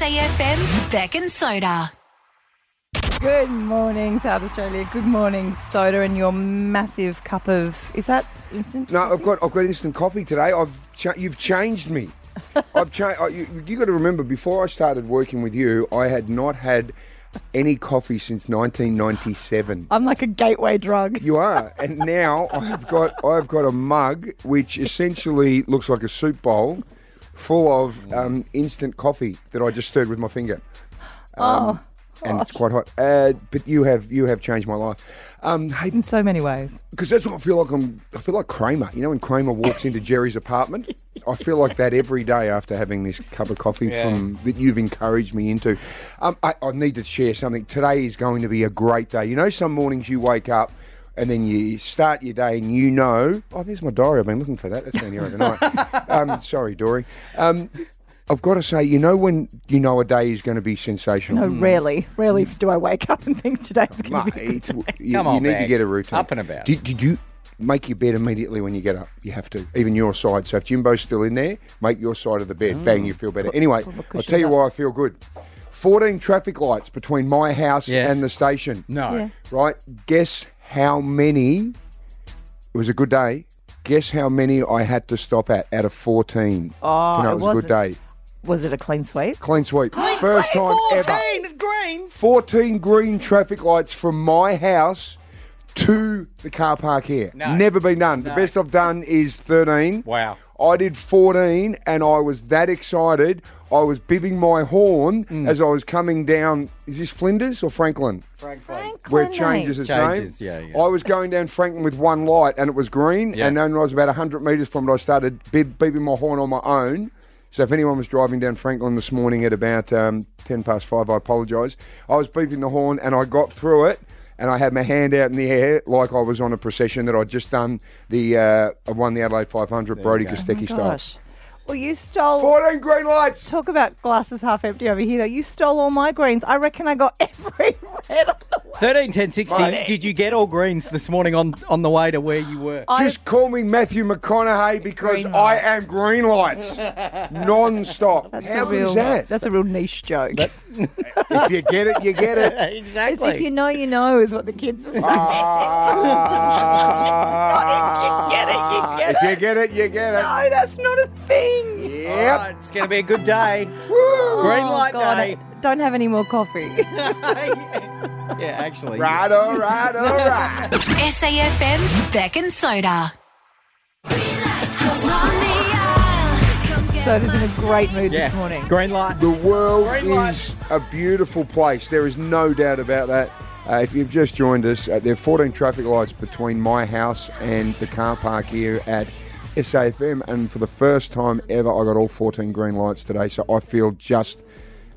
SAFM's Beck and Soda. Good morning, South Australia. Good morning, soda, and your massive cup of is that instant? No, I've got I've got instant coffee today. I've cha- you've changed me. I've changed. You, you got to remember, before I started working with you, I had not had any coffee since 1997. I'm like a gateway drug. You are, and now I've got I've got a mug which essentially looks like a soup bowl, full of um, instant coffee that I just stirred with my finger. Um, And it's quite hot, uh, but you have you have changed my life. Um, hey, In so many ways. Because that's what I feel like. I'm. I feel like Kramer. You know, when Kramer walks into Jerry's apartment, I feel like that every day after having this cup of coffee from that you've encouraged me into. Um, I, I need to share something. Today is going to be a great day. You know, some mornings you wake up. And then you start your day, and you know, oh, there's my diary. I've been looking for that. That's been here overnight. um, sorry, Dory. Um, I've got to say, you know, when you know a day is going to be sensational. No, rarely, rarely do I wake up and think today's going to Mm. Mate, be. it's- you, Come you on, need to Bag. get a routine. Up and about. Did, did you make your bed immediately when you get up? You have to, even your side. So if Jimbo's still in there, make your side of the bed. Bang, you feel Mm. better. Anyway, I'll tell you why I feel good. 14 traffic lights between my house Yes. and the station. No. Yeah. Right? Guess how many? It was a good day. Guess how many I had to stop at out of 14? Oh, to know it it was a wasn't- good day. Was it a clean sweep? Clean sweep. First time ever. 14 green traffic lights from my house to the car park here. No. Never been done. The No. best I've done is 13. Wow. I did 14 and I was that excited. I was bibbing my horn Mm. as I was coming down. Is this Flinders or Franklin? Where it changes its Changes, name. yeah, yeah. I was going down Franklin with one light and it was green, Yeah. and then I was about 100 metres from it. I started bib- beeping my horn on my own. So if anyone was driving down Franklin this morning at about um, 10 past five, I apologise. I was beeping the horn and I got through it. And I had my hand out in the air like I was on a procession that I'd just done. The uh, I won the Adelaide 500, Brody Kostecki style. Oh Gosh. Well, you stole. 14 green lights. Talk about glasses half empty over here, though. You stole all my greens. I reckon I got every red. on the way. 13, 10, 16. Mate. Did you get all greens this morning on, on the way to where you were? I- Just call me Matthew McConaughey because Green I lights. am green lights non-stop. That's How a good real. is that? That's a real niche joke. if you get it, you get it. It's if you exactly. know, you know, is what the kids are saying. Ah. Not if you get it, you get If you get it, you get it. no, that's not a thing. All Yep. right, it's going to be a good day. Woo. Green light Oh, God, day. I don't have any more coffee. yeah, actually. Right, all right, all right. SAFM's Beck and Soda. so it is in a great mood Yeah. this morning. Green light. The world Green light. is a beautiful place. There is no doubt about that. Uh, if you've just joined us, uh, there are 14 traffic lights between my house and the car park here at SAFM. And for the first time ever, I got all 14 green lights today. So I feel just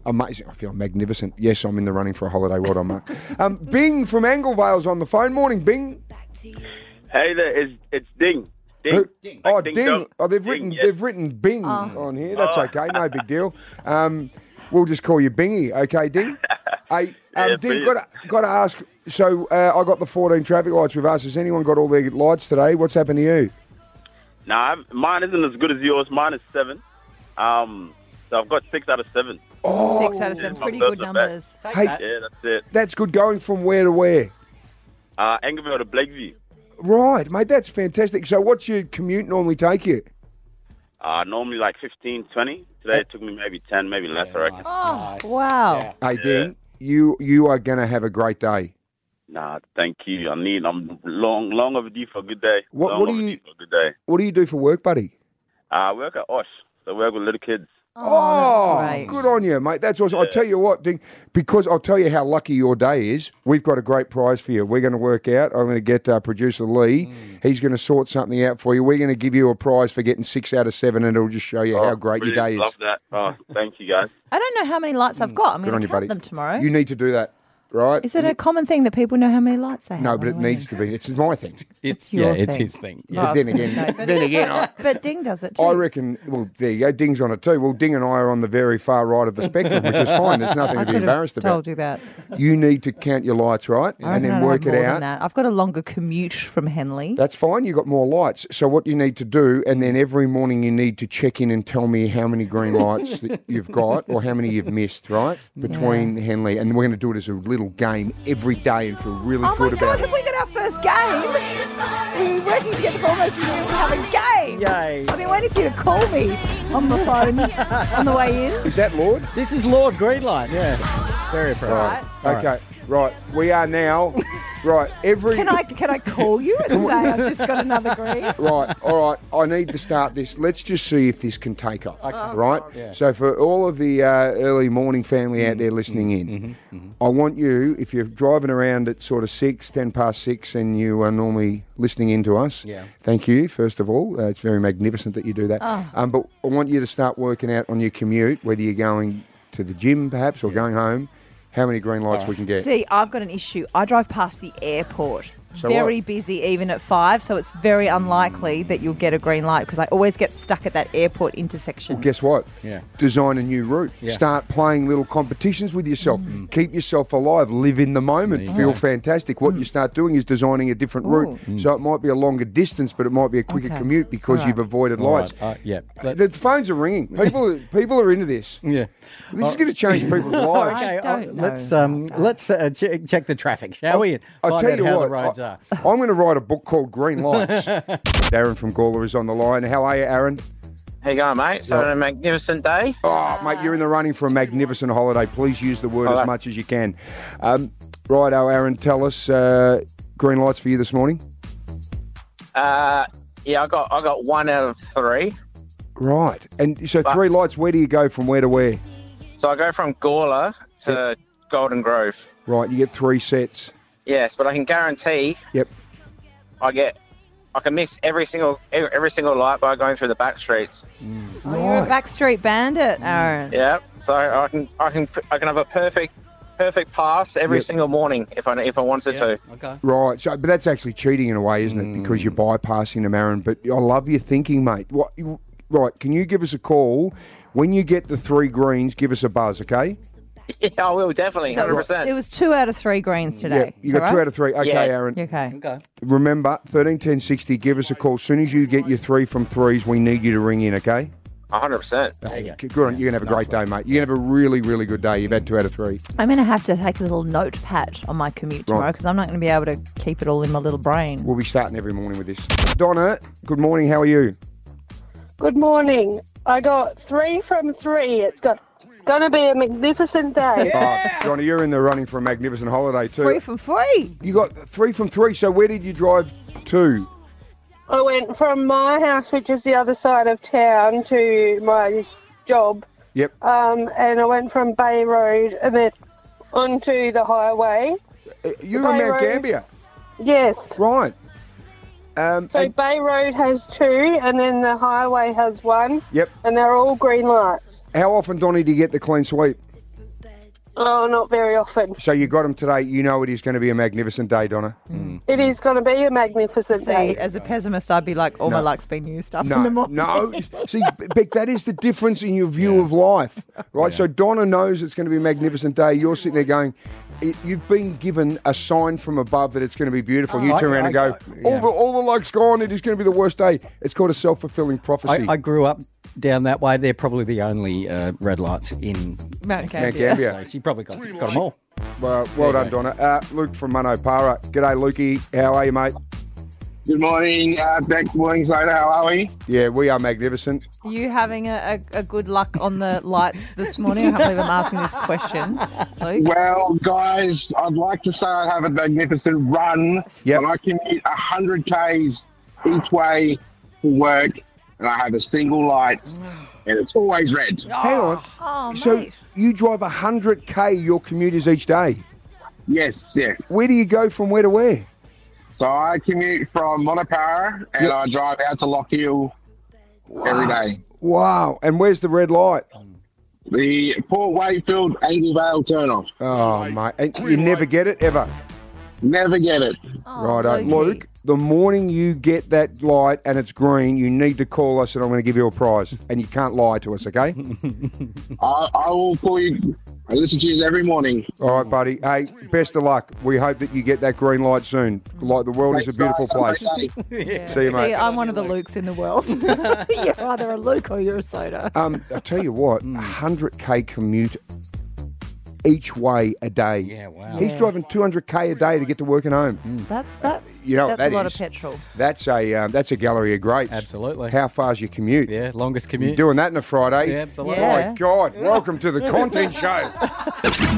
amazing. I feel magnificent. Yes, I'm in the running for a holiday. Well done, Mark. um, Bing from Anglevale's on the phone. Morning, Bing. Hey there, it's, it's Ding. Ding. Who- Oh, Like Ding. dong. Oh, they've Ding, written yeah. Oh. they've written Bing on here. That's okay. No big deal. Um, we'll just call you Bingy. Okay, Ding. Hey, um, Yeah, Ding, brilliant. got to, got to ask. So uh, I got the 14 traffic lights with us. Has anyone got all their lights today? What's happened to you? Nah, I'm- mine isn't as good as yours. Mine is seven. Um, so I've got six out of seven. Six out of seven, pretty good That's numbers. Oh. hey, Yeah, that's it. that's good going from where to where. Uh, Angerville to Blakeview. Right, mate, that's fantastic. So what's your commute normally take you? Uh, normally like 15, 20. Today it took me maybe 10, maybe less, I reckon. Oh, wow. Hey, Ding, you, you are going to have a great day. Nah, thank you. I need, I'm long, long overdue for a good day. What- long what do overdue you- for a good day. What do you do for work, buddy? Uh, I work at Osh, so I work with little kids. Oh, Oh, that's great. good on you, mate. That's awesome. I'll tell you what, Ding, because I'll tell you how lucky your day is. We've got a great prize for you. We're going to work out. I'm going to get uh, producer Lee. Mm. He's going to sort something out for you. We're going to give you a prize for getting six out of seven, and it'll just show you how Oh, great your brilliant. day is. Love that. Oh, thank you guys. I don't know how many lights I've got. I'm Good going on to you, count buddy. them tomorrow. You need to do that. right? Is it a common thing that people know how many lights they have? no, on but it a needs wedding? to be. It's my thing. It's your yeah, it's thing. his thing. Oh, I Yeah. was then gonna again- but- then again, I- but Ding does it too. I reckon. Well, there you go. Ding's on it too. Well, Ding and I are on the very far right of the spectrum, which is fine. There's nothing I to be could have embarrassed told about. you that. You need to count your lights right, I and reckon then I'd work have it more than out. that. I've got a longer commute from Henley. That's fine. You've got more lights. So what you need to do, and then every morning you need to check in and tell me how many green lights that you've got or how many you've missed, right? Between Henley and we're going to do it as a little game every day and feel really oh my good god, about it. have we got our first game? We're working together for almost a year. We have a game. Yay. I've been waiting for you to call me on the phone on the way in. Is that Lord? This is Lord Greenlight. Yeah. Very appropriate. Right. okay, right. We are now. right. Every. Can I can I call you and say I've just got another green? Right, all right. I need to start this. Let's just see if this can take off. Right. Yeah. So for all of the uh, early morning family out there listening Mm-hmm. in, I want you, if you're driving around at sort of six, ten past six, and you are normally listening in to us, Yeah. thank you first of all. Uh, it's very magnificent that you do that. Ah. Um, but I want you to start working out on your commute, whether you're going to the gym perhaps or going home, how many green lights we can get. See, I've got an issue. I drive past the airport. So very what? busy even at five, so it's very unlikely that you'll get a green light because I always get stuck at that airport intersection. Well, guess what? Yeah. Design a new route. Yeah. Mm. Start playing little competitions with yourself. Mm. Keep yourself alive. Live in the moment. There you Feel go. Mm. fantastic. What you start doing is designing a different route. Ooh. So it might be a longer distance, but it might be a quicker Okay. commute because Alright. you've avoided All lights. right. Uh, yeah. That's- The phones are ringing. People, people are into this. yeah. Uh, This is going to change people's lives. I Okay, don't I'll- know let's about um, that. let's uh, che- check the traffic, shall we? and I'll find tell out you how what. the roads I, are. am going to write a book called Green Lights. Darren from Gawler is on the line. How are you, Aaron? How you going, mate? So, a magnificent day. Oh, mate, you're in the running for a magnificent holiday. Please use the word as right. much as you can. Um, right, oh, Aaron, tell us uh, green lights for you this morning. Uh, yeah, I got I got one out of three. Right, and so three lights. Where do you go from where to where? So I go from Gawler to Golden Grove. Right, you get three sets. Yes, but I can guarantee Yep. I get I can miss every single every, every single light by going through the back streets. Oh, You're a backstreet bandit, Aaron. Yeah, so I can I can I can have a perfect perfect pass every Yep. single morning if I if I wanted to. Okay. Right, so but that's actually cheating in a way, isn't it? Because you're bypassing them, Aaron. But I love your thinking, mate. What? you- Right, can you give us a call when you get the three greens? Give us a buzz, okay? Yeah, I will definitely, So it hundred was, it percent. was two out of three greens today. you got two out of three. Okay, Yeah. Aaron. Okay. Okay. Remember, 131060, give us a call. As soon as you get your three from threes, we need you to ring in, okay? hundred percent. you go. Good on you. You're going to have a great day, mate. You're going to have a really, really good day. You've had two out of three. I'm going to have to take a little notepad on my commute tomorrow Right. because I'm not going to be able to keep it all in my little brain. We'll be starting every morning with this. Donna, good morning. How are you? Good morning. I got three from three. It's got gonna be a magnificent day. Oh, Donna, you're in the running for a magnificent holiday, too. Free from free. you got three from three, so where did you drive to? I went from my house, which is the other side of town, to my job, Yep. um, and I went from Bay Road and then onto the highway. you were Uh, in Bay Mount Road. Gambier. Yes. Right. Um, So and- Bay Road has two, and then the highway has one, yep. and they're all green lights. How often, Donny, do you get the clean sweep? Oh, not very often. So you got them today. You know it is going to be a magnificent day, Donna. Mm. It is going to be a magnificent See, day. as a pessimist, I'd be like, all my No. luck's been used up in No, the morning. no. See, Beck, that is the difference in your view of life, right? So Donna knows it's going to be a magnificent day. You're sitting there going, it, you've been given a sign from above that it's going to be beautiful. you I- turn around and I- go, all, yeah. the, all the luck's gone. It is going to be the worst day. It's called a self fulfilling prophecy. I, I grew up down that way. They're probably the only uh, red lights in Mount Mount Gambier. Gambier. So she probably got, got them all. Well, well done, Donna. Uh, Luke from Manopara. G'day, Lukey. How are you, mate? Good morning, uh, back morning, Slater. How are we? Yeah, we are magnificent. You having a, a, a good luck on the lights this morning? I can't believe I'm asking this question, Luke. Well, guys, I'd like to say I have a magnificent run, Yep. but I commute 100 Ks each way for work, and I have a single light, and it's always red. Hang on. Oh, So mate. you drive 100k your commuters each day. Yes, yes. Where do you go from where to where? So I commute from Monopara, and I drive out to Lockhill every day. Wow. And where's the red light? The Port Wakefield Angle Vale turnoff. Oh, mate. And you never get it ever. Never get it. Right, Righto. Luke, the morning you get that light and it's green, you need to call us and I'm going to give you a prize. And you can't lie to us, okay? I, I will call you. I listen to you every morning. All right, buddy. Hey, best of luck. We hope that you get that green light soon. Like, the world is a beautiful Thanks, place. guys. Have a great day. Yeah. See you, mate. See, I'm one of the Lukes in the world. you're either a Luke or you're a soda. Um, I tell you what, Hmm. 100k commute each way a day. Yeah, wow. Hmm. He's driving 200k a day to get to work and home. Uh, That's that. You know what that's that a lot is. of petrol. That's a um, that's a gallery of greats. Absolutely. How far's your commute? Yeah, longest You're commute. doing that on a Friday. Yeah, absolutely. Yeah. My God, welcome to the content show.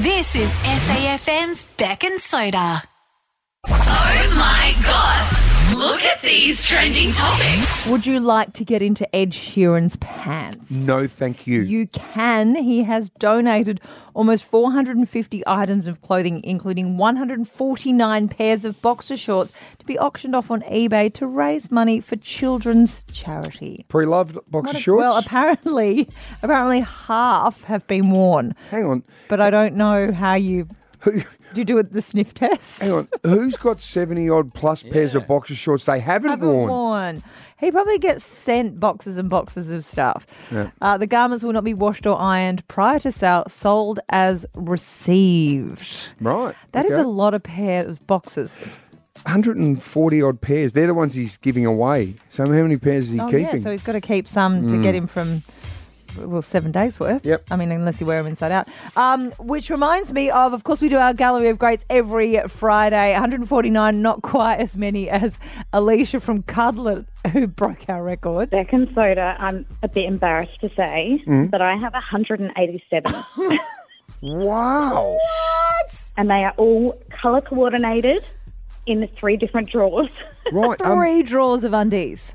This is SAFM's Beck and Soda. Oh my gosh! Look at these trending topics. Would you like to get into Ed Sheeran's pants? No, thank you. You can. He has donated almost 450 items of clothing, including 149 pairs of boxer shorts, to be auctioned off on eBay to raise money for children's charity. Pre-loved What boxer a- shorts. Well, apparently, apparently half have been worn, hang on, but I don't know how you. Do you do it the sniff test? hang on. Who's got seventy odd plus pairs of boxer shorts they haven't, haven't worn. He probably gets sent boxes and boxes of stuff. Uh, the garments will not be washed or ironed prior to sale, sold as received. Right. That is okay. a lot of pairs of boxes. 140 odd pairs. They're the ones he's giving away. So how many pairs is he oh, keeping? Hmm. yeah, so he's got to keep some to get him from. Well, seven days worth. Yep. I mean, unless you wear them inside out. Um, which reminds me of, of course, we do our Gallery of Greats every Friday. 149, not quite as many as Alicia from Cudlet, who broke our record. Beck and soda, I'm a bit embarrassed to say, Hmm. mm. but I have 187 wow. and they are all colour coordinated in the three different drawers. Right. Um, three drawers of undies.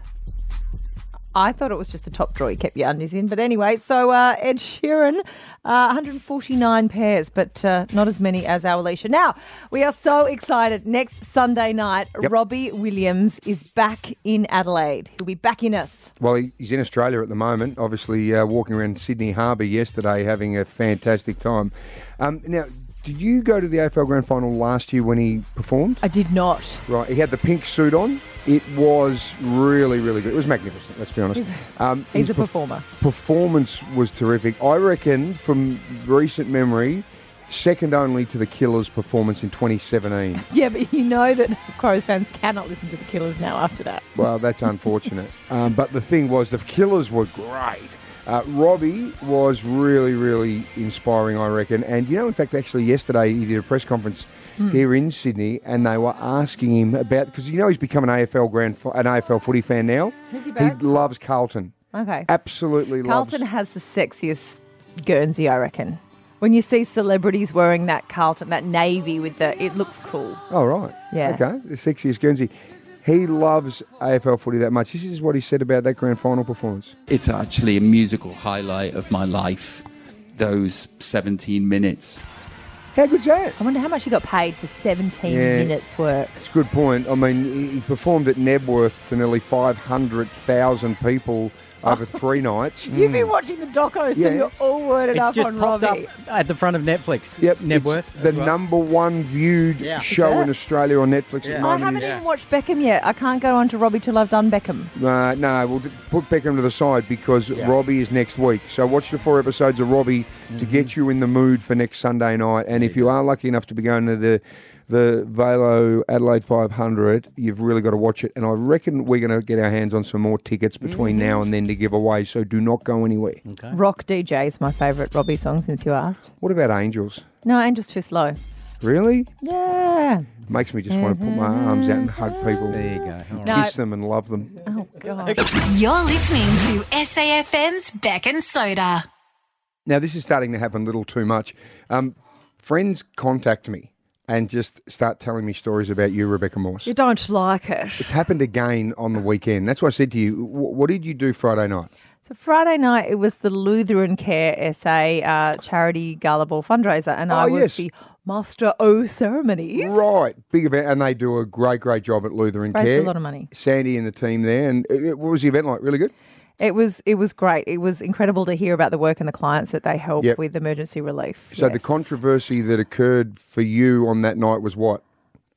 I thought it was just the top drawer you kept your undies in, but anyway. So uh, Ed Sheeran, uh, 149 pairs, but uh, not as many as our Alicia. Now we are so excited. Next Sunday night, Robbie Williams is back in Adelaide. He'll be back in us. well, he- he's in Australia at the moment, obviously uh, walking around Sydney Harbour yesterday, having a fantastic time. Um, now, did you go to the AFL Grand Final last year when he performed? I did not. Right, he had the pink suit on. It was really, really good. It was magnificent, let's be honest. Um, He's his a performer. performance was terrific. I reckon, from recent memory, second only to the Killers' performance in 2017. Yeah, but you know that Crows fans cannot listen to the Killers now after that. Well, that's unfortunate. um, but the thing was, the Killers were great. Uh, Robbie was really, really inspiring, I reckon. And you know, in fact, actually, yesterday he did a press conference Hmm. here in Sydney, and they were asking him about because you know he's become an AFL grand, fi- an AFL footy fan now. Is he back? He loves Carlton. Okay. Absolutely Carlton loves. has the sexiest Guernsey, I reckon. When you see celebrities wearing that Carlton, that navy with the, it looks cool. Oh right. Yeah. Okay. The sexiest Guernsey. He loves AFL footy that much. This is what he said about that grand final performance. It's actually a musical highlight of my life, those 17 minutes. How good's that? I wonder how much he got paid for 17 Yeah. minutes work. It's a good point. I mean, he- he performed at Nebworth to nearly 500,000 people over three nights. Oh. Hmm. You've been watching the doco, so mm. Yeah. you're all worded It's up just on popped Robbie. up at the front of Netflix. Yep, it's Nebworth. the as well. number one viewed Yeah. show Is in it? Australia on Netflix Yeah. Oh, at the I moment. haven't Yeah. even watched Beckham yet. I can't go on to Robbie till I've done Beckham. Uh, no, we'll d- put Beckham to the side because Robbie is next week. So watch the four episodes of Robbie to get Mm-hmm. you in the mood for next Sunday night. And if you are lucky enough to be going to the the Velo Adelaide 500, you've really got to watch it. And I reckon we're going to get our hands on some more tickets between now and then to give away. So do not go anywhere. Rock DJ is my favourite Robbie song since you asked. What about Angels? No, Angel's Too Slow. Really? Yeah. Makes me just want to put my arms out and hug people, There you go. All right. No. kiss them, and love them. Oh, God. You're listening to SAFM's Beck and Soda. Now, this is starting to happen a little too much. Um, friends contact me and just start telling me stories about you, Rebecca Morse. You don't like it. it's happened again on the weekend. That's why I said to you, "Wh- what did you do Friday night? So Friday night, it was the Lutheran Care SA uh, charity gala ball fundraiser, and I Oh, was yes. the master o ceremonies. Right, big event, and they do a great, great job at Lutheran Raised Care. a lot of money. Sandy and the team there, and uh, uh, what was the event like? Really good. It was it was great. It was incredible to hear about the work and the clients that they help Yep. with emergency relief. So the Yes. controversy that occurred for you on that night was what?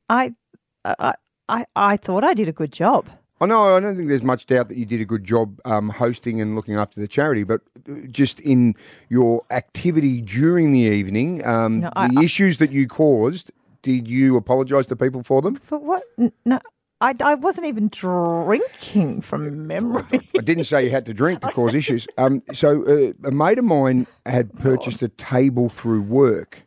I, I I I thought I did a good job. I know Oh, I don't think there's much doubt that you did a good job um, hosting and looking after the charity, but uh, just in your activity during the evening, um, No, the I- I- issues that you caused, did you apologise to people for them? But what? n- No, I, I wasn't even drinking from memory. I didn't say you had to drink to cause issues. Um, so uh, a mate of mine had purchased a table through work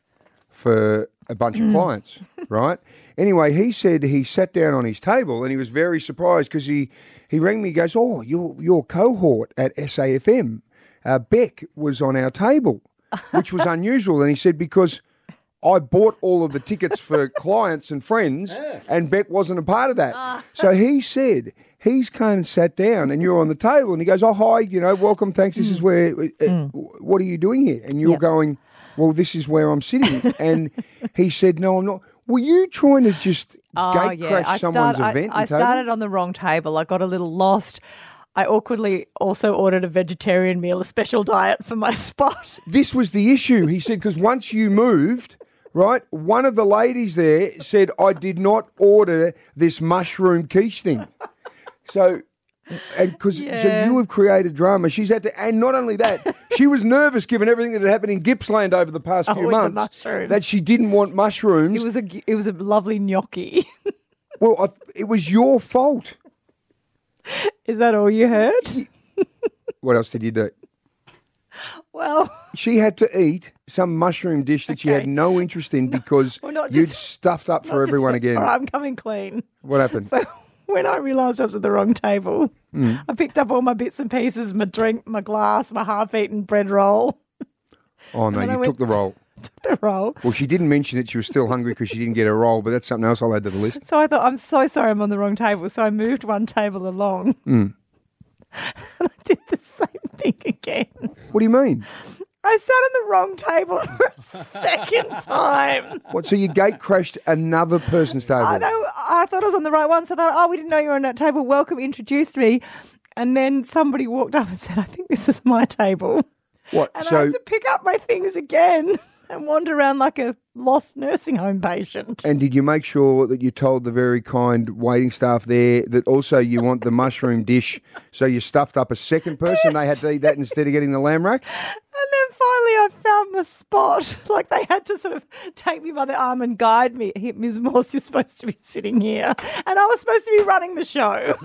for a bunch of clients, right? Anyway, he said he sat down on his table and he was very surprised because he, he rang me, he goes, oh, your, your cohort at SAFM, uh, Beck, was on our table, which was unusual. And he said, because I bought all of the tickets for clients and friends, and Beck wasn't a part of that. Ah. So he said, he's come and sat down, and you're on the table, and he goes, Oh, hi, you know, welcome, thanks. Mm. This is where, uh, what are you doing here? And you're going, Well, this is where I'm sitting. and he said, No, I'm not. Were you trying to just gate crash someone's Oh, I, event? I and table? started on the wrong table. I got a little lost. I awkwardly also ordered a vegetarian meal, a special diet for my spot. this was the issue. He said, because once you moved, right, one of the ladies there said, I did not order this mushroom quiche thing. So, and because so Yeah. you have created drama. She's had to, and not only that, she was nervous given everything that had happened in Gippsland over the past Oh, few with the months mushrooms. that she didn't want mushrooms. It was a g- it was a lovely gnocchi. well, I, it was your fault. Is that all you heard? What else did you do? Well, She had to eat some mushroom dish that she had Okay. no interest in because well, not you'd just- stuffed up for not just- everyone again. all right, I'm coming clean. What happened? Hmm. So when I realised I was at the wrong table, I picked up all my bits and pieces, my drink, my glass, my half-eaten bread roll, oh no, then I you went Oh. took to- the role. the roll. Well, she didn't mention that she was still hungry because she didn't get a roll, but that's something else I'll add to the list. So I thought, I'm so sorry, I'm on the wrong table. So I moved one table along, Hmm. and I did the same thing again. What do you mean? I sat on the wrong table for a second time. What? So you gate crashed another person's table? I know. I thought I was on the right one. So I thought, oh, we didn't know you were on that table. Welcome, introduced me. And then somebody walked up and said, I think this is my table. What? And I so had to pick up my things again and wander around like a lost nursing home patient. and did you make sure that you told the very kind waiting staff there that also you want the mushroom dish? So you stuffed up a second person. They had to eat that instead of getting the lamb rack. And then finally, I found my spot. Like they had to sort of take me by the arm and guide me. Here, Ms. Morse, you're supposed to be sitting here. And I was supposed to be running the show.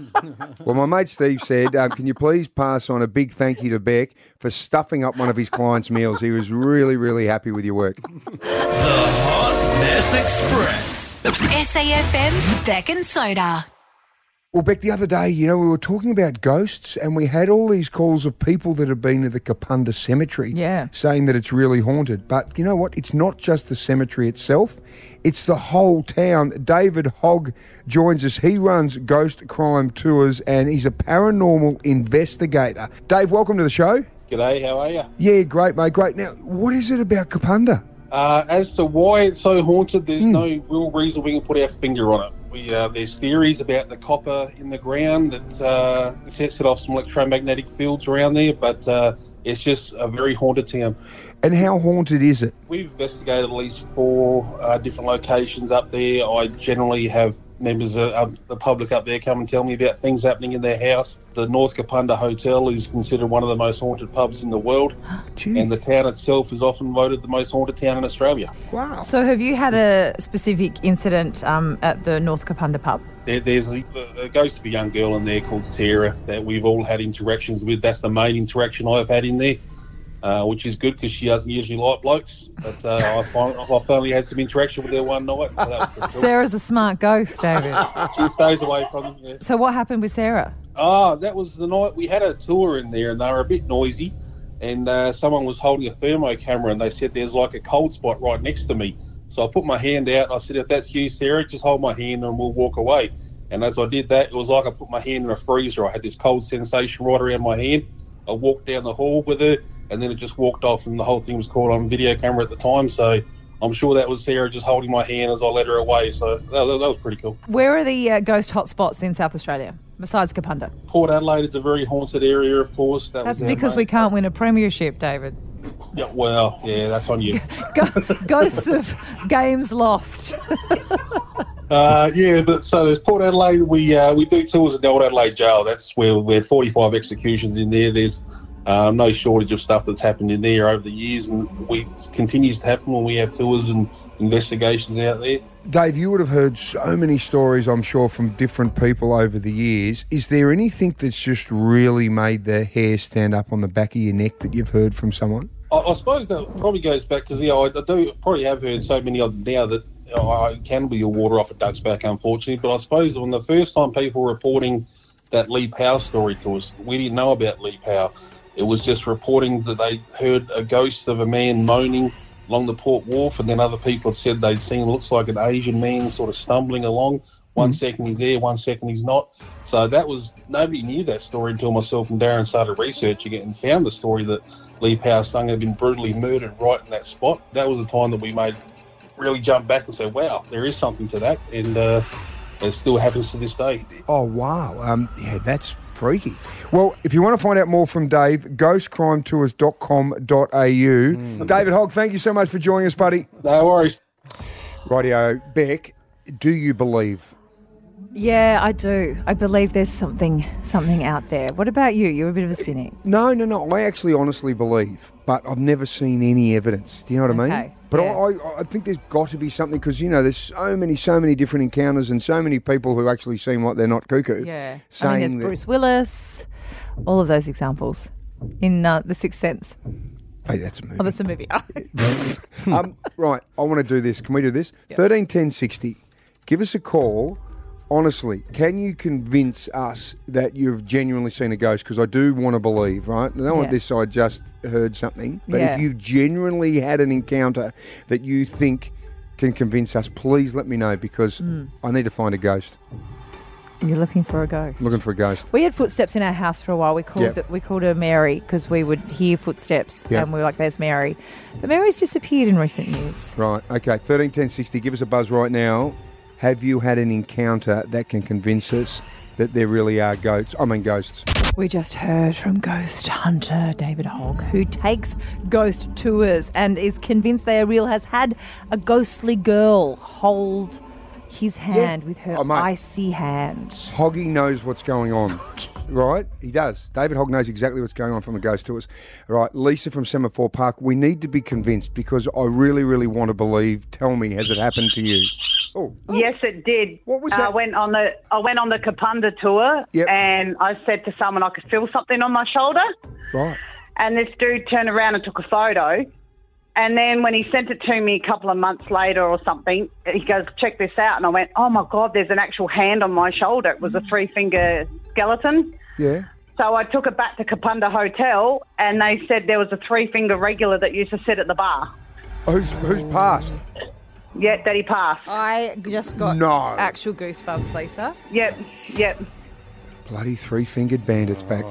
Well, my mate Steve said, um, "Can you please pass on a big thank you to Beck for stuffing up one of his clients' meals? He was really, really happy with your work." Mess Express. SAFM's Beck and Soda. Well, Beck, the other day, you know, we were talking about ghosts and we had all these calls of people that have been to the Kapunda Cemetery Yeah. saying that it's really haunted. But you know what? It's not just the cemetery itself, it's the whole town. David Hogg joins us. He runs ghost crime tours and he's a paranormal investigator. Dave, welcome to the show. G'day, how are you? Yeah, great, mate, great. Now, what is it about Kapunda? Hmm. Uh, as to why it's so haunted, there's no real reason we can put our finger on it. We, uh, there's theories about the copper in the ground that uh, sets it off some electromagnetic fields around there, but uh, it's just a very haunted town. And how haunted is it? We've investigated at least four uh, different locations up there. I generally have members of of the public up there come and tell me about things happening in their house. The North Kapunda Hotel is considered one of the most haunted pubs in the world, and the town itself is often voted the most haunted town in Australia. Wow. So, have you had a specific incident um, at the North Kapunda pub? There, there's a, a ghost of a young girl in there called Sarah that we've all had interactions with. That's the main interaction I've had in there, uh, which is good because she doesn't usually like blokes. But uh, I find, I finally had some interaction with her one night. So that was pretty cool. Sarah's a smart ghost, David. She stays away from them. Yeah. so, what happened with Sarah? Ah, that was the night we had a tour in there, and they were a bit noisy. And uh, someone was holding a thermo camera, and they said there's like a cold spot right next to me. So I put my hand out, and I said, "If that's you, Sarah, just hold my hand, and we'll walk away." And as I did that, it was like I put my hand in a freezer. I had this cold sensation right around my hand. I walked down the hall with her, and then it just walked off, and the whole thing was caught on video camera at the time. So I'm sure that was Sarah just holding my hand as I led her away. So that, that, that was pretty cool. Where are the uh, ghost hotspots in South Australia? besides Kapunda. Port Adelaide is a very haunted area, of course. That That's was our because we main- can't win a premiership, David. Yeah, well, yeah, that's on you. Ghosts of games lost. Uh, yeah, but so there's Port Adelaide. We uh, we do tours in the old Adelaide jail. That's where we're 45 executions in there. There's um, no shortage of stuff that's happened in there over the years, and we continues to happen when we have tours and investigations out there. Dave, you would have heard so many stories, I'm sure, from different people over the years. Is there anything that's just really made the hair stand up on the back of your neck that you've heard from someone? I, I suppose that probably goes back because you know, I, I do probably have heard so many of them now that you know, I can be a water off a duck's back, unfortunately. But I suppose when the first time people were reporting that Lee Power story to us, we didn't know about Lee Power. It was just reporting that they heard a ghost of a man moaning along the port wharf, and then other people had said they'd seen what looks like an Asian man sort of stumbling along. One second he's there, one second he's not. So that was nobody knew that story until myself and Darren started researching it and found the story that Lee Power Sung had been brutally murdered right in that spot. That was the time that we made really jump back and say, "Wow, there is something to that," and uh, it still happens to this day. Oh, wow. Um, yeah, that's freaky. Well, if you want to find out more from Dave, ghostcrimetours.com.au. David Hogg, thank you so much for joining us, buddy. No worries. Radio Beck, do you believe? yeah, I do. I believe there's something something out there. What about you? You're a bit of a cynic. No, no, no. I actually honestly believe, but I've never seen any evidence. Do you know what I mean? Okay, But yeah. I, I, I think there's got to be something because you know there's so many, so many different encounters and so many people who actually seem like they're not cuckoo. Yeah. I saying mean, there's that- Bruce Willis, all of those examples in uh, The Sixth Sense. Hey, that's a movie. Oh, that's a movie. um, right, I want to do this. Can we do this? Thirteen ten sixty. Give us a call. Honestly, can you convince us that you've genuinely seen a ghost? Because I do want to believe, right? I don't want Yeah. this. I just heard something. But Yeah. if you've genuinely had an encounter that you think can convince us, please let me know because Hmm. Mm. I need to find a ghost. You're looking for a ghost. I'm looking for a ghost. We had footsteps in our house for a while. We called Yeah. it, we called her Mary because we would hear footsteps, Yeah. and we were like, "There's Mary," but Mary's disappeared in recent years. Right. Okay. Thirteen ten sixty. Give us a buzz right now. Have you had an encounter that can convince us that there really are goats? I mean ghosts. We just heard from ghost hunter David Hogg, who takes ghost tours and is convinced they are real. Has had a ghostly girl hold his hand with her icy hand. Hoggy knows what's going on. Right? He does. David Hogg knows exactly what's going on from the ghost tours. All right, Lisa from Semaphore Park, we need to be convinced because I really, really want to believe. Tell me, has it happened to you? Oh. Yes, it did. What was I went on the I went on the Kapunda tour, Yep. and I said to someone I could feel something on my shoulder, Right. and this dude turned around and took a photo, and then when he sent it to me a couple of months later or something, he goes, "Check this out," and I went, "Oh my god, there's an actual hand on my shoulder. It was a three finger skeleton." Yeah. So I took it back to Kapunda Hotel, and they said there was a three finger regular that used to sit at the bar. Who's who's passed? Yet that he passed. I just got No. actual goosebumps, Lisa. Yep, yep. Bloody three fingered bandits back.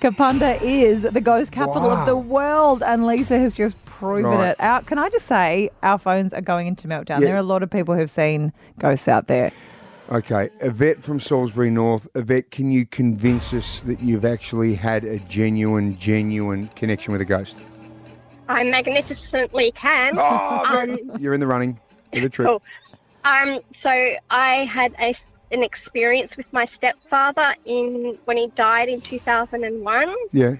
Kapunda is the ghost capital of the world, and Lisa has just proven Right. it out. Can I just say, our phones are going into meltdown. Yeah. There are a lot of people who've seen ghosts out there. Okay, Yvette from Salisbury North. Yvette, can you convince us that you've actually had a genuine, genuine connection with a ghost? I magnificently can. Ah, um, You're in the running for the trip. Cool. um, so I had a, an experience with my stepfather in when he died in 2001. Yeah.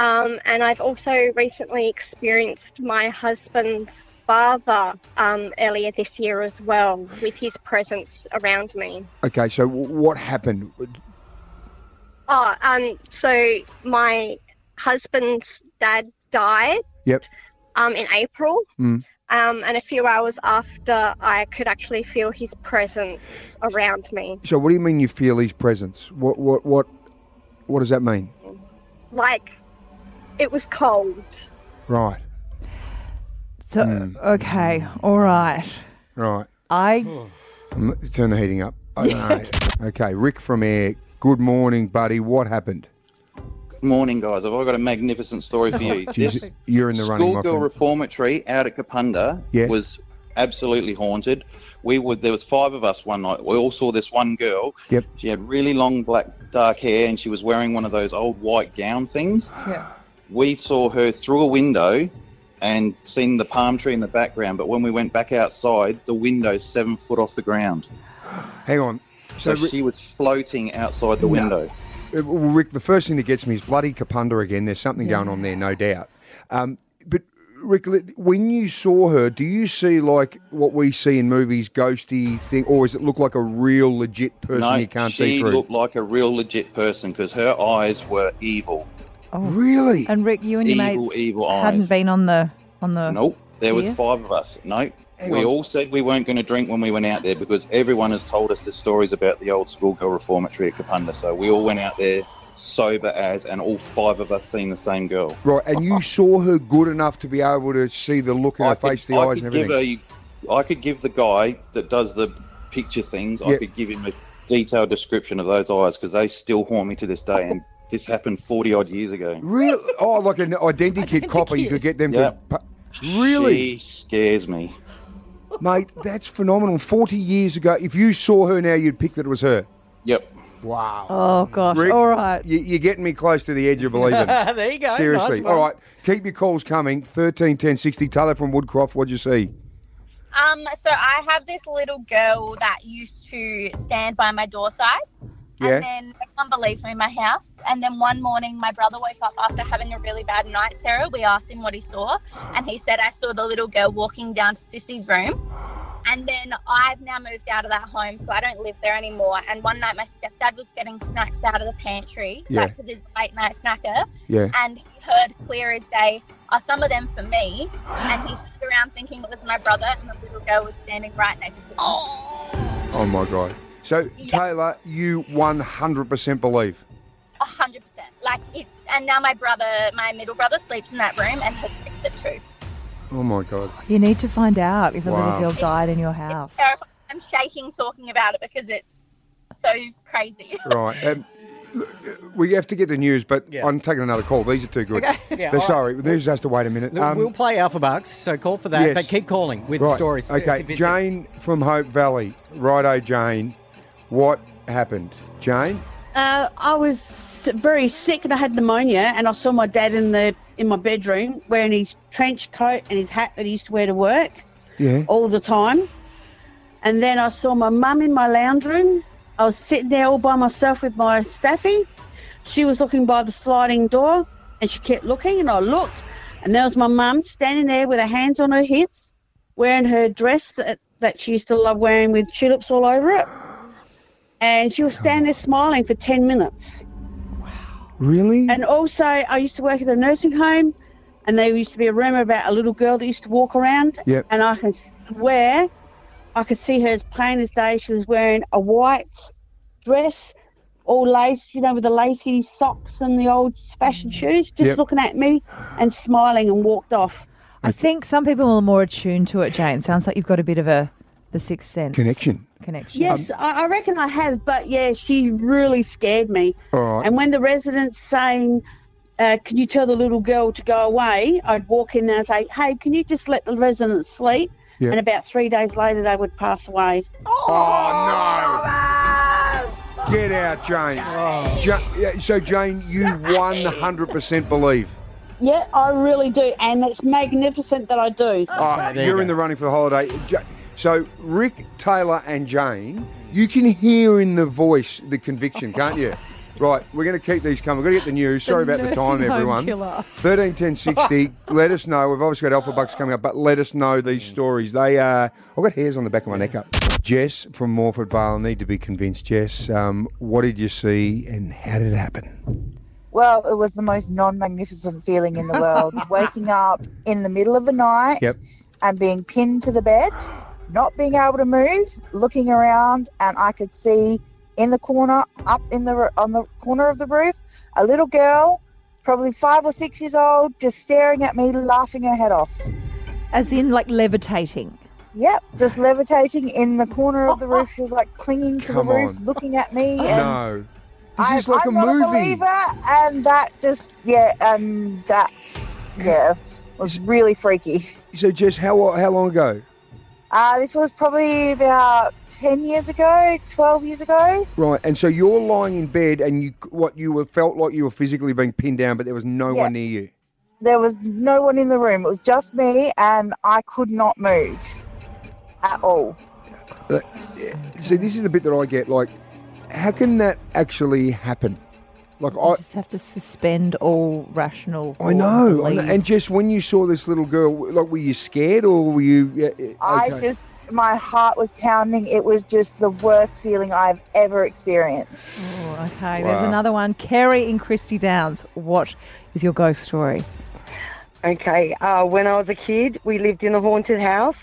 Um, and I've also recently experienced my husband's father um, earlier this year as well with his presence around me. Okay, so w- what happened? Oh, um, so my husband's dad died Yep. um, in April. Mm. Um, and a few hours after, I could actually feel his presence around me. So what do you mean you feel his presence? What what what what does that mean? Like, it was cold. Right. Mm, So, Hmm. okay, all right. Right. I Um, Turn the heating up. I don't know. okay, Rick from Air. Good morning, buddy. What happened? Morning, guys. I've all got a magnificent story for you. Jeez, you're in the running, my Schoolgirl friend. reformatory out at Kapunda Yeah. was absolutely haunted. We were there was five of us one night. We all saw this one girl. Yep. She had really long black dark hair, and she was wearing one of those old white gown things. Yeah. We saw her through a window, and seen the palm tree in the background. But when we went back outside, the window's seven foot off the ground. Hang on. So, So re- she was floating outside the No. window. Uh, Well, Rick, the first thing that gets me is bloody Kapunda again. There's something going on there, no doubt. Um, but Rick, li- when you saw her, do you see like what we see in movies, ghosty thing, or does it look like a real legit person no, you can't she see through? looked like a real legit person because her eyes were evil. Oh. Really? And Rick, you and your Evil, mates evil eyes. hadn't been on the on the. Nope. There was pier? five of us. Nope. Hang we on. all said we weren't going to drink when we went out there because everyone has told us the stories about the old schoolgirl reformatory at Kapunda. So we all went out there sober as, and all five of us seen the same girl. Right, and you saw her good enough to be able to see the look in her face, the I eyes, could and everything. Give a, I could give the guy that does the picture things. I Yeah. could give him a detailed description of those eyes because they still haunt me to this day, and this happened forty odd years ago. Real? Oh, like an identikit copper. You could get them Yeah. to. pu- Really? She scares me. Mate, that's phenomenal. 40 years ago, if you saw her now, you'd pick that it was her. Yep. Wow. Oh gosh. Rick, All right. You, you're getting me close to the edge of believing. There you go. Seriously. Nice one. All right. Keep your calls coming. 13 10 60. Taylor from Woodcroft, what'd you see? Um, so I have this little girl that used to stand by my door side. Yeah. And then my mum believed me in my house. And then one morning, my brother woke up after having a really bad night, Sarah. We asked him what he saw. And he said, I saw the little girl walking down to Sissy's room. And then I've now moved out of that home, so I don't live there anymore. And one night, my stepdad was getting snacks out of the pantry, Yeah. like 'cause he's a late night snacker. Yeah. And he heard clear as day, are some of them for me? And he stood around thinking it was my brother, and the little girl was standing right next to him. Oh, my God. So, Taylor, you 100% believe. A hundred percent. Like it's, and now my brother, my middle brother, sleeps in that room and has picked the truth. Oh, my God. You need to find out if a Wow. little girl died in your house. Terrifying. I'm shaking talking about it because it's so crazy. Right. Um, we have to get the news, but I'm taking another call. These are too good. Okay. Yeah, all They're right. sorry. News has to wait a minute. Look, Um, we'll play Alpha Bucks, so call for that. Yes. But keep calling with Right. stories. Okay, Convincing. Jane from Hope Valley. Righto, Jane. What happened? Jane? Uh, I was very sick and I had pneumonia, and I saw my dad in the in my bedroom wearing his trench coat and his hat that he used to wear to work Yeah. all the time. And then I saw my mum in my lounge room. I was sitting there all by myself with my staffy. She was looking by the sliding door, and she kept looking, and I looked, and there was my mum standing there with her hands on her hips, wearing her dress that, that she used to love wearing with tulips all over it. And she was standing there smiling for 10 minutes. Really? And also, I used to work at a nursing home, and there used to be a rumor about a little girl that used to walk around. Yep. And I can swear, I could see her as plain as day. She was wearing a white dress, all lace, you know, with the lacy socks and the old Mm. fashioned shoes, just Yep. looking at me and smiling and walked off. I think some people are more attuned to it, Jane. Sounds like you've got a bit of a the sixth sense Connection. connection. Yes, I, I reckon I have, but yeah, she really scared me. All right. And when the residents saying, uh, "Can you tell the little girl to go away?" I'd walk in there and say, "Hey, can you just let the residents sleep?" Yeah. Oh. And about three days later, they would pass away. Get out, Jane. Oh. Ja- yeah, so, Jane, you 100% believe. Yeah, I really do, and it's magnificent that I do. Uh, you're in the running for the holiday. Ja- so, Rick, Taylor, and Jane, you can hear in the voice the conviction, can't you? Right, we're going to keep these coming. We're going to get the news. Sorry about the nursing time, home everyone. killer. 13 10 60 let us know we've obviously got alpha bucks coming up but let us know Mm. these stories they are i've got hairs on the back of my neck up jess from morford vale need to be convinced jess um, what did you see and how did it happen Well, it was the most non magnificent feeling in the world. Waking up in the middle of the night Yep. and being pinned to the bed, not being able to move, looking around, and I could see in the corner, up in the r- on the corner of the roof, a little girl, probably five or six years old, just staring at me, laughing her head off. As in, like levitating. Yep, just levitating in the corner of the roof. She was like clinging to Come the roof, on. looking at me. and no this is like a a movie believer, and that just yeah, um, that yeah was really freaky. so jess how, how long ago Uh, this was probably about 10 years ago, 12 years ago. Right, and so you're lying in bed, and you what you were felt like you were physically being pinned down, but there was no Yeah. one near you. There was no one in the room. It was just me, and I could not move at all. Uh, yeah. See, this is the bit that I get. Like, how can that actually happen? Like, I You just have to suspend all rational. Oh, I know. I know. And just when you saw this little girl, like, were you scared or were you? yeah, yeah, I okay. just, my heart was pounding. It was just the worst feeling I've ever experienced. okay, Wow. there's another one. Kerry in Christie Downs. What is your ghost story? Okay. Uh, when I was a kid, we lived in a haunted house.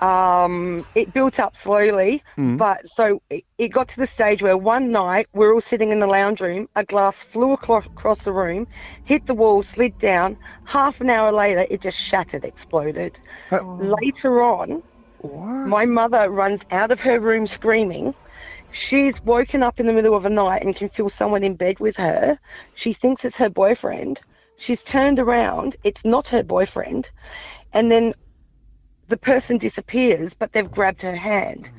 Um, it built up slowly, Mm. but so it, it got to the stage where one night we were all sitting in the lounge room. A glass flew across, across the room, hit the wall, slid down. Half an hour later, it just shattered, exploded. Later on, my mother runs out of her room screaming. She's woken up in the middle of the night and can feel someone in bed with her. She thinks it's her boyfriend. She's turned around. It's not her boyfriend. And then the person disappears, but they've grabbed her hand.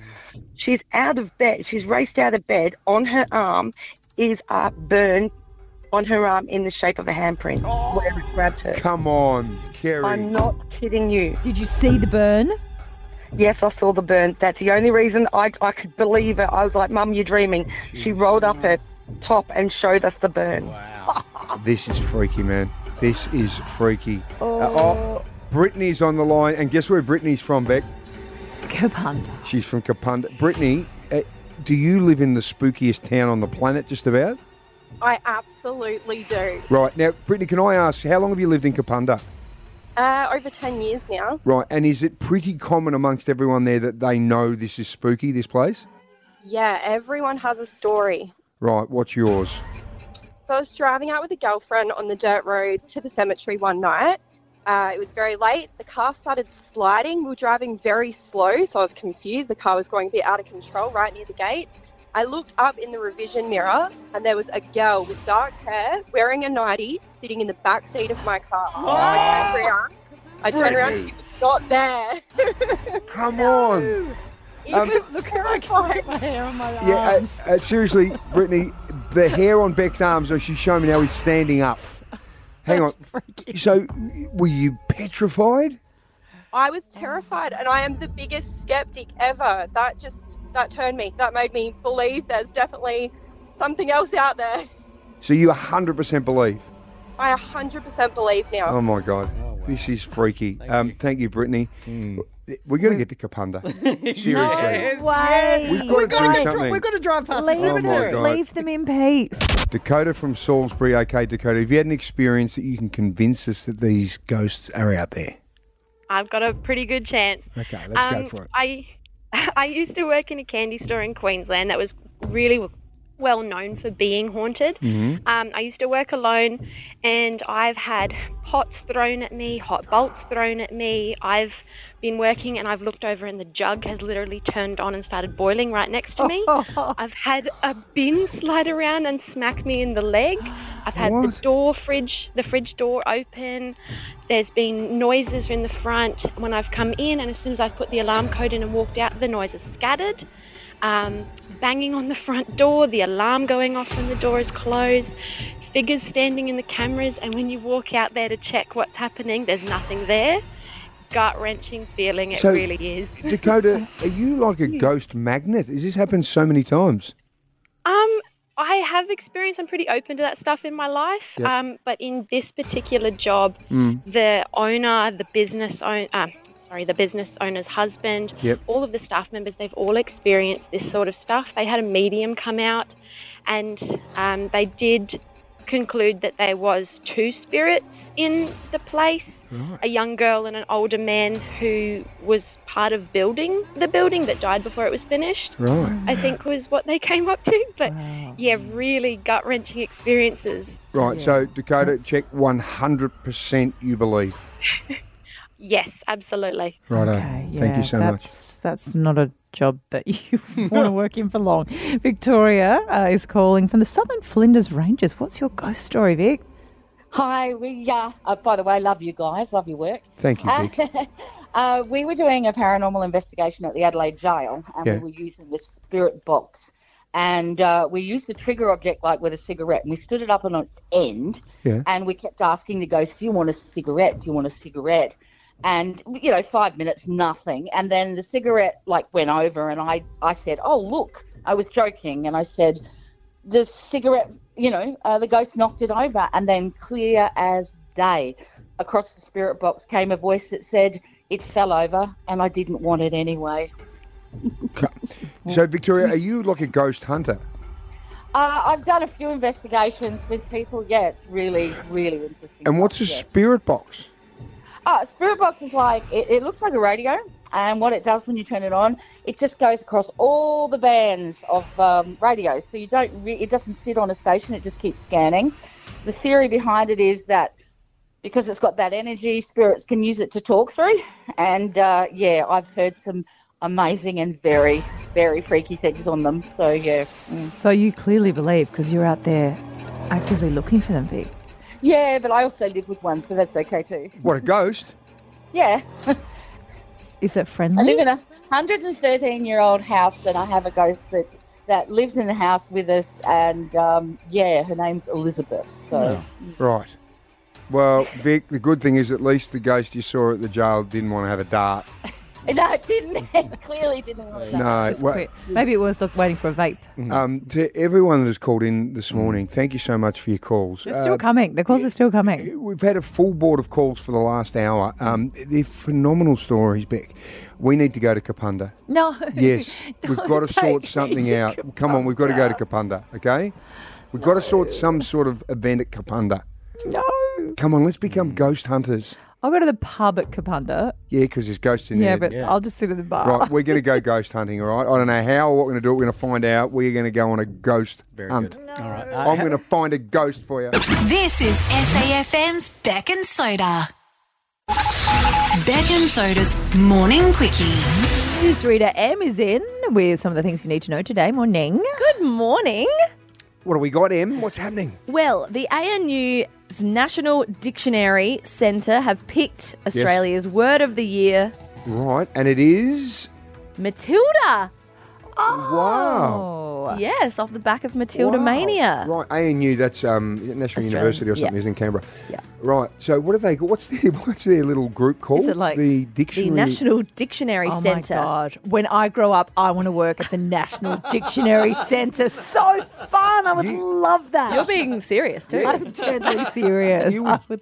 She's out of bed. She's raced out of bed. On her arm is a burn on her arm in the shape of a handprint where it grabbed her. Come on, Kerry. I'm not kidding you. Did you see the burn? Yes, I saw the burn. That's the only reason I, I could believe it. I was like, Mum, you're dreaming. She rolled up her top and showed us the burn. This is freaky, man. This is freaky. Uh, oh, Brittany's on the line, and guess where Brittany's from, Beck? Kapunda. She's from Kapunda. Brittany, uh, do you live in the spookiest town on the planet, just about? I absolutely do. Right. Now, Brittany, can I ask, how long have you lived in Kapunda? Uh, over 10 years now. Right. And is it pretty common amongst everyone there that they know this is spooky, this place? Yeah, everyone has a story. Right. What's yours? So I was driving out with a girlfriend on the dirt road to the cemetery one night. Uh, it was very late. The car started sliding. We were driving very slow, so I was confused. The car was going a bit out of control right near the gate. I looked up in the revision mirror, and there was a girl with dark hair wearing a nightie sitting in the back seat of my car. I turned around. I turned around. She was not there. Come on. Um, look at her, I Oh can't put my hair on my Yeah, uh, uh, seriously, Brittany, the hair on Beck's arms, so she's showing me now he's standing up. Hang on. So, were you petrified? I was terrified, and I am the biggest skeptic ever. That just that turned me. That made me believe there's definitely something else out there. So, you 100% believe? I 100% believe now. Uh, Oh, my God. This is freaky. Thank, um, you. Hmm. thank you, Brittany. We're going to get to Kapunda. Seriously. No way. We've gotta We've gotta do get dri- something. we've to gotta drive past the leave, cemetery. Oh my God. leave them in peace. Dakota from Salisbury. Okay, Dakota, have you had an experience that you can convince us that these ghosts are out there? I've got a pretty good chance. Okay, let's go Um, for it. I I used to work in a candy store in Queensland that was really well known for being haunted. Mm. Mm-hmm. Mhm. Mm-hmm. Um, I used to work alone, and I've had pots thrown at me, hot bolts thrown at me. I've been working and I've looked over and the jug has literally turned on and started boiling right next to me. I've had a bin slide around and smack me in the leg. I've had the What? door fridge, the fridge door open. There's been noises in the front when I've come in, and as soon as I've put the alarm code in and walked out, the noise is scattered. Um, banging on the front door, the alarm going off when the door is closed. Figures standing in the cameras, and when you walk out there to check what's happening, there's nothing there. Gut wrenching feeling, it So, really is. Dakota, are you like a ghost magnet? Has this happened so many times? Um, I have experience. I'm pretty open to that stuff in my life. Yep. Um, but in this particular job, Mm. the owner, the business owner, um, sorry, the business owner's husband, Yep. all of the staff members, they've all experienced this sort of stuff. They had a medium come out, and um, they did conclude that there was two spirits in the place a young girl and an older man who was part of building the building that died before it was finished Right. i think was what they came up to but yeah really gut-wrenching experiences Right, so Dakota, check 100% you believe. yes absolutely Righto. Thank Yeah, you so that's, much. That's not a job that you want to work in for long. Victoria uh, is calling from the Southern Flinders Ranges. What's your ghost story, Vic? Hi, we uh, uh, by the way, love you guys, love your work. Thank you, Vic. Uh, uh, we were doing a paranormal investigation at the Adelaide jail, and Yeah. we were using the spirit box, and uh, we used the trigger object like with a cigarette, and we stood it up on its end, Yeah. and we kept asking the ghost, "Do you want a cigarette? Do you want a cigarette?" And you know, five minutes, nothing, and then the cigarette like went over, and I I said, "Oh look," I was joking, and I said the cigarette, you know, uh, the ghost knocked it over, and then clear as day, across the spirit box came a voice that said, It fell over, and I didn't want it anyway. So, Victoria, are you like a ghost hunter? Uh, I've done a few investigations with people. Yeah, it's really, really interesting. And what's a spirit box? Oh, spirit box is like, it, it looks like a radio. And what it does when you turn it on, it just goes across all the bands of um, radios. So you don't, re- it doesn't sit on a station, it just keeps scanning. The theory behind it is that because it's got that energy, spirits can use it to talk through. And uh, yeah, I've heard some amazing and very, very freaky things on them. So yeah. mm. So you clearly believe because you're out there actively looking for them, Vic. Yeah, but I also live with one, so that's okay too. What, a ghost? Yeah. Is it I friendly? live in a 113 year old house, and I have a ghost that, that lives in the house with us. And um, yeah, her name's Elizabeth. So Right. Well, Vic, the good thing is at least the ghost you saw at the jail didn't want to have a dart. no, it didn't. it clearly didn't. want that. No, Just well- quit. Maybe it was like waiting for a vape. Um, to everyone that has called in this morning, thank you so much for your calls. They're Uh, still coming. The calls are still coming. We've had a full board of calls for the last hour. Um, they're phenomenal stories, Beck. We need to go to Kapunda. No. Yes, we've Don't got to sort take something me to out. Come on, we've got to go to Kapunda, okay? We've got to sort some sort of event at Kapunda. No. Come on, let's become ghost hunters. I'll go to the pub at Kapunda. Yeah, because there's ghosts in Yeah, there. but I'll just sit at the bar. Right, we're going to go ghost hunting, all right? I don't know how or what we're going to do. it. We're going to find out. We're going to go on a ghost hunt. All right. I'm going to find a ghost for you. This is SAFM's Beck and Soda. Beck and Soda's Morning Quickie. Newsreader M is in with some of the things you need to know today morning. Good morning. What do we got, Em? What's happening? Well, the ANU's National Dictionary Centre have picked Australia's word of the year, Right, and it is. Matilda. Oh. Wow. Oh. Yes, off the back of Matilda Wow. Mania. Right, ANU, that's um, National Australian, University or yeah. something, is in Canberra. Yeah. Right, so what are they, what's their, what's their little group called? Is it like the Dictionary? Dictionary oh Centre. my god! When I grow up, I want to work at the National Dictionary Centre. So fun! I would love that. You're being serious too. I'm deadly serious. You I would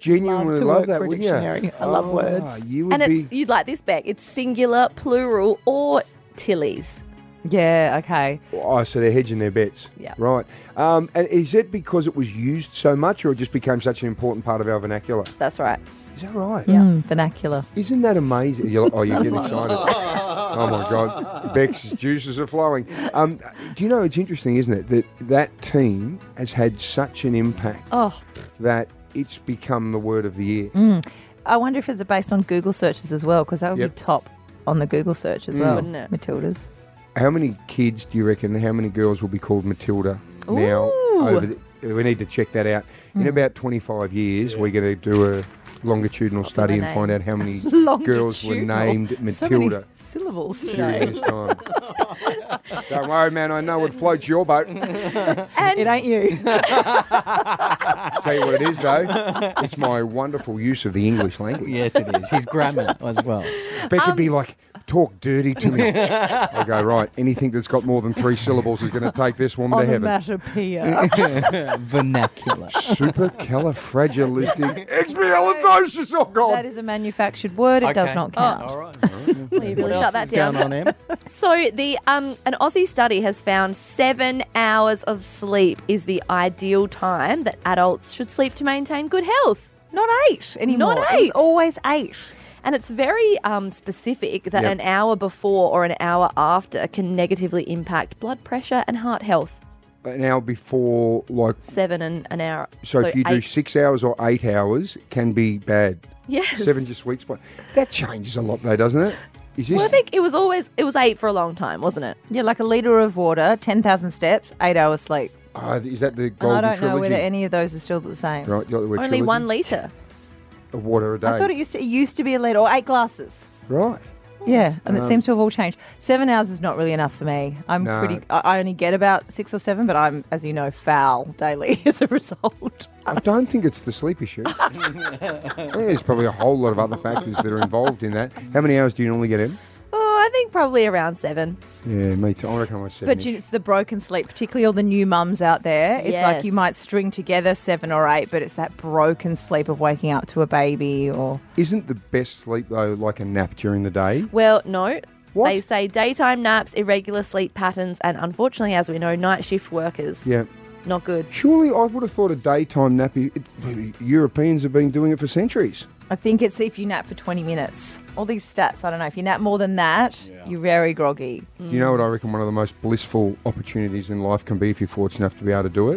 love genuinely to love work that, for a wouldn't you? dictionary. I love Ah, words. you and it's you'd like this back. It's singular, plural, or tillies. Yeah, okay. Oh, so they're hedging their bets. Yeah. Right. Um, and is it because it was used so much or it just became such an important part of our vernacular? That's right. Is that right? Yeah. Mm, vernacular. Isn't that amazing? You're like- oh, you get I love excited. oh, my God. Beck's juices are flowing. Um, do you know, it's interesting, isn't it, that that team has had such an impact Oh, that it's become the word of the year. mm. I wonder if it's based on Google searches as well, because that would Yep. be top on the Google search as Mm. well, Wouldn't it? Matilda's. How many kids do you reckon, how many girls will be called Matilda now? Ooh. Over the, we need to check that out. In Mm. about 25 years, we're going to do a longitudinal study and name. find out how many girls were named Longitudinal. So many Matilda syllables during today. this time. Don't worry, man, I know what floats your boat. it ain't you. Tell you what it is, though. It's my wonderful use of the English language. Yes, it is. His grammar as well. Beck would be Um, like, talk dirty to me. I go, right, anything that's got more than three syllables is going to take this woman to heaven. Vernacular. Supercalifragilistic. Expialidocious, oh God. That is a manufactured word. It does Okay. not Oh. count. All right. Well, you really shut that down. So the um, an Aussie study has found seven hours of sleep is the ideal time that adults should sleep to maintain good health. Not eight anymore. Not It eight. was always eight. And it's very um, specific that Yep. an hour before or an hour after can negatively impact blood pressure and heart health. An hour before, like, Seven and an hour. so, if you do eight- six hours or eight hours, can be bad. Yes. Seven's your sweet spot. That changes a lot, though, doesn't it? Is this Well, I think it was always it was eight for a long time, wasn't it? Yeah, like a litre of water, 10,000 steps, eight hours sleep. Ah, is that the And golden I don't know trilogy? whether any of those are still the same. right, the other word Only trilogy? one litre. of water a day. I thought it used to it used to be a litre or eight glasses. right. Yeah, and it Um, seems to have all changed. Seven hours is not really enough for me. I'm No. pretty. I I only get about six or seven, but I'm, as you know, foul daily as a result. I don't think it's the sleep issue. I uh, think there's probably a whole lot of other factors that are involved in that. How many hours do you normally get in? Oh, I think probably around seven. Yeah, me too. I reckon I said. But you, it's the broken sleep, particularly all the new mums out there. It's like you Yes. might string together seven or eight, but it's that broken sleep of waking up to a baby or. Isn't the best sleep though like a nap during the day? Well, no. They say daytime naps, irregular sleep patterns, and unfortunately, as we know, night shift workers. Yeah. Not good. Surely I would have thought a daytime nappy. It's, the Europeans have been doing it for centuries. I think it's if you nap for 20 minutes. All these stats, I don't know. If you nap more than that, you're very groggy. Do you know Mm. what I reckon one of the most blissful opportunities in life can be if you're fortunate enough to be able to do it?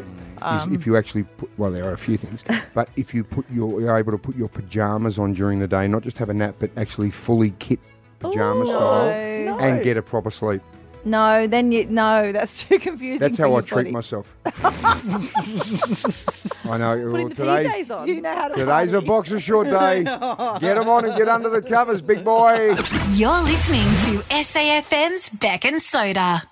Is Um. if you actually put, well, there are a few things, but if you put your, you're able to put your pajamas on during the day, not just have a nap, but actually fully kit pajama Ooh. style No. and No. get a proper sleep. No, then you. No, that's too confusing. That's for how I your treat body. myself. I know. well, the today, PJs on. You know how to today's a boxer short day. get them on and get under the covers, big boy. You're listening to SAFM's Beck and Soda.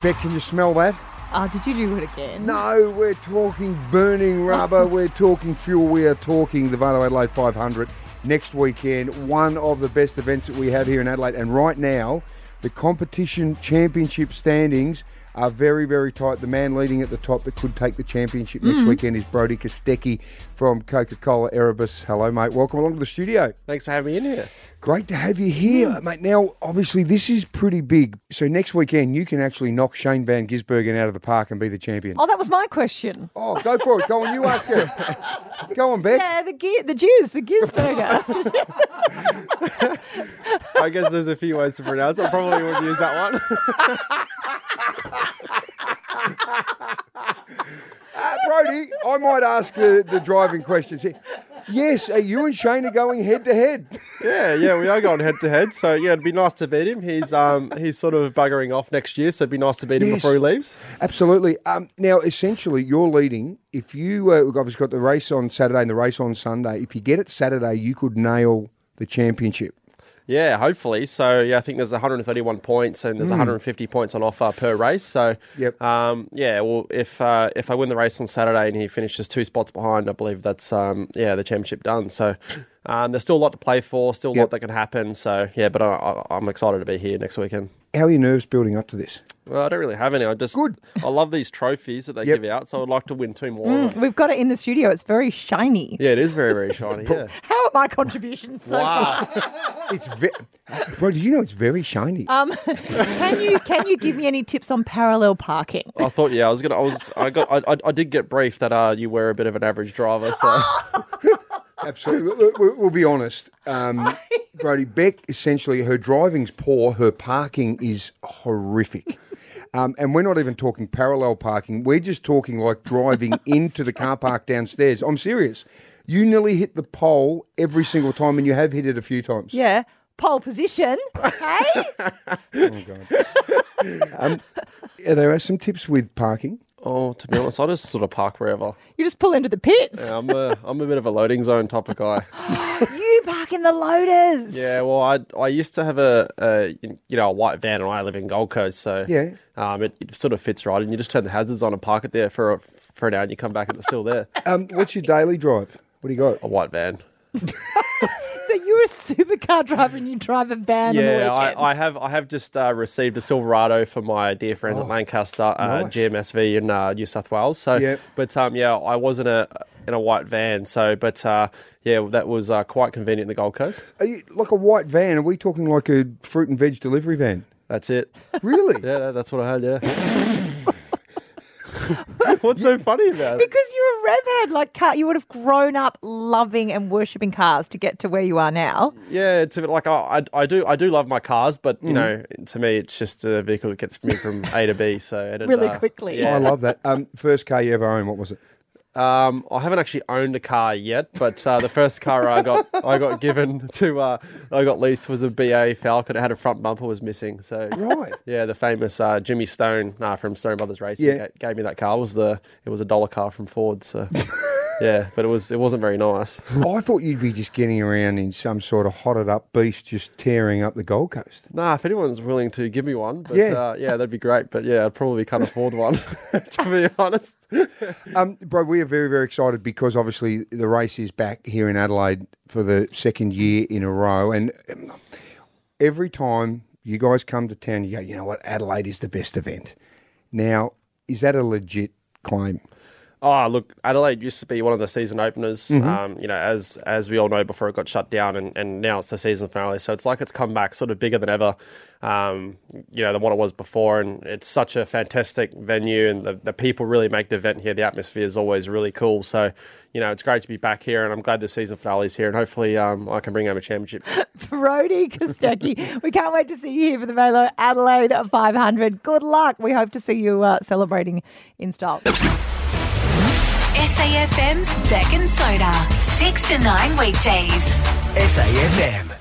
Beck, can you smell that? Oh, did you do it again? No, we're talking burning rubber, we're talking fuel, we are talking the Vale of Adelaide 500 next weekend, one of the best events that we have here in Adelaide. And right now, the competition championship standings are very, very tight. The man leading at the top that could take the championship next Mm. weekend is Brody Kostecki from Coca Cola Erebus. Hello, mate. Welcome along to the studio. Thanks for having me in here. Great to have you here, mate. Now, obviously, this is pretty big. So next weekend, you can actually knock Shane Van Gisbergen out of the park and be the champion. Oh, that was my question. Oh, go for it. Go on, you ask her. Go on, Beck. Yeah, the gi- the Jews, the Gisberger. I guess there's a few ways to pronounce it. I probably would use that one. Uh, Brody, I might ask the, the driving questions here. Yes, uh, you and Shane are going head to head. yeah, yeah, we are going head to head. So yeah, it'd be nice to beat him. He's um he's sort of buggering off next year, so it'd be nice to beat him Yes. before he leaves. Absolutely. Um, now, essentially, you're leading. If you, uh, we've obviously got the race on Saturday and the race on Sunday. If you get it Saturday, you could nail the championship. Yeah, hopefully. So yeah, I think there's 131 points and there's Mm. 150 points on offer per race. So yep. um, yeah, well, if uh, if I win the race on Saturday and he finishes two spots behind, I believe that's um, yeah the championship done. So um, there's still a lot to play for, still a lot that could happen. So yeah, but I, I, I'm excited to be here next weekend. How are your nerves building up to this? Well, I don't really have any. I just good. I love these trophies that they give out, so I'd like to win two more. of Mm, them. we've got it in the studio. It's very shiny. Yeah, it is very very shiny. yeah. How are my contributions so Wow. it's ve- Bro, did you know it's very shiny? far? Um, can you can you give me any tips on parallel parking? I thought, yeah, I was gonna. I was. I got. I, I- I did get briefed that uh, you were a bit of an average driver. So Absolutely. Look, We'll, we'll be honest. Um, Brody, Beck, essentially, her driving's poor, her parking is horrific. Um, and we're not even talking parallel parking. We're just talking like driving into the car park downstairs. I'm serious. You nearly hit the pole every single time, and you have hit it a few times. Yeah, pole position. Hey, Oh, Um, yeah, there are some tips with parking. Oh, to be honest, I just sort of park wherever. you just pull into the pits. Yeah, I'm a. I'm a bit of a loading zone type of guy. You park in the loaders. Yeah, well, I I used to have a, a you know a white van, and I live in Gold Coast, so Yeah. um, it, it sort of fits right. And you just turn the hazards on and park it there for a, for an hour, and you come back and it's still there. Um, what's your daily drive? What do you got? A white van. So you're a supercar driver and you drive a van on the yeah, weekends. I, I have I have just uh, received a Silverado from my dear friends at Lancaster uh, Oh, nice. GMSV in uh, New South Wales. So, Yep. but um, yeah, I was in a in a white van. So, but uh, yeah, that was uh, quite convenient in the Gold Coast. Are you, like a white van? Are we talking like a fruit and veg delivery van? That's it. Really? yeah, that- that's what I heard. Yeah. What's so funny about it? Because you're a rev head, like car, you would have grown up loving and worshipping cars to get to where you are now. Yeah, it's a bit like I, I, I do I do love my cars, but you Mhm. know, to me, it's just a vehicle that gets me from A to B. So it, uh, Really quickly. yeah. Oh, I love that. Um, first car you ever owned, what was it? Um, I haven't actually owned a car yet, but uh, the first car I got I got given to uh, I got leased was a BA Falcon. It had a front bumper was missing. So right, yeah, the famous uh, Jimmy Stone uh, from Stone Brothers Racing Yeah. ga- gave me that car. It was the it was a dollar car from Ford. So yeah, but it was it wasn't very nice. I thought you'd be just getting around in some sort of hotted up beast, just tearing up the Gold Coast. Nah, if anyone's willing to give me one, but Yeah. yeah, uh, yeah that'd be great. But yeah, I probably can't afford one. to be honest. um, bro, we are very, very excited because obviously the race is back here in Adelaide for the second year in a row. And um, every time you guys come to town, you go, you know what, Adelaide is the best event. Now, is that a legit claim? Oh, look, Adelaide used to be one of the season openers. Mhm. Um, you know, as as we all know, before it got shut down, and, and now it's the season finale. So it's like it's come back sort of bigger than ever. Um, you know, than what it was before, and it's such a fantastic venue, and the, the people really make the event here. The atmosphere is always really cool. So, you know, it's great to be back here, and I'm glad the season finale is here, and hopefully, um, I can bring home a championship. Brody Kostecki. we can't wait to see you here for the Melo Adelaide 500. Good luck. We hope to see you uh, celebrating in style. SAFM's Beck and Soda, 6 to 9 weekdays. SAFM.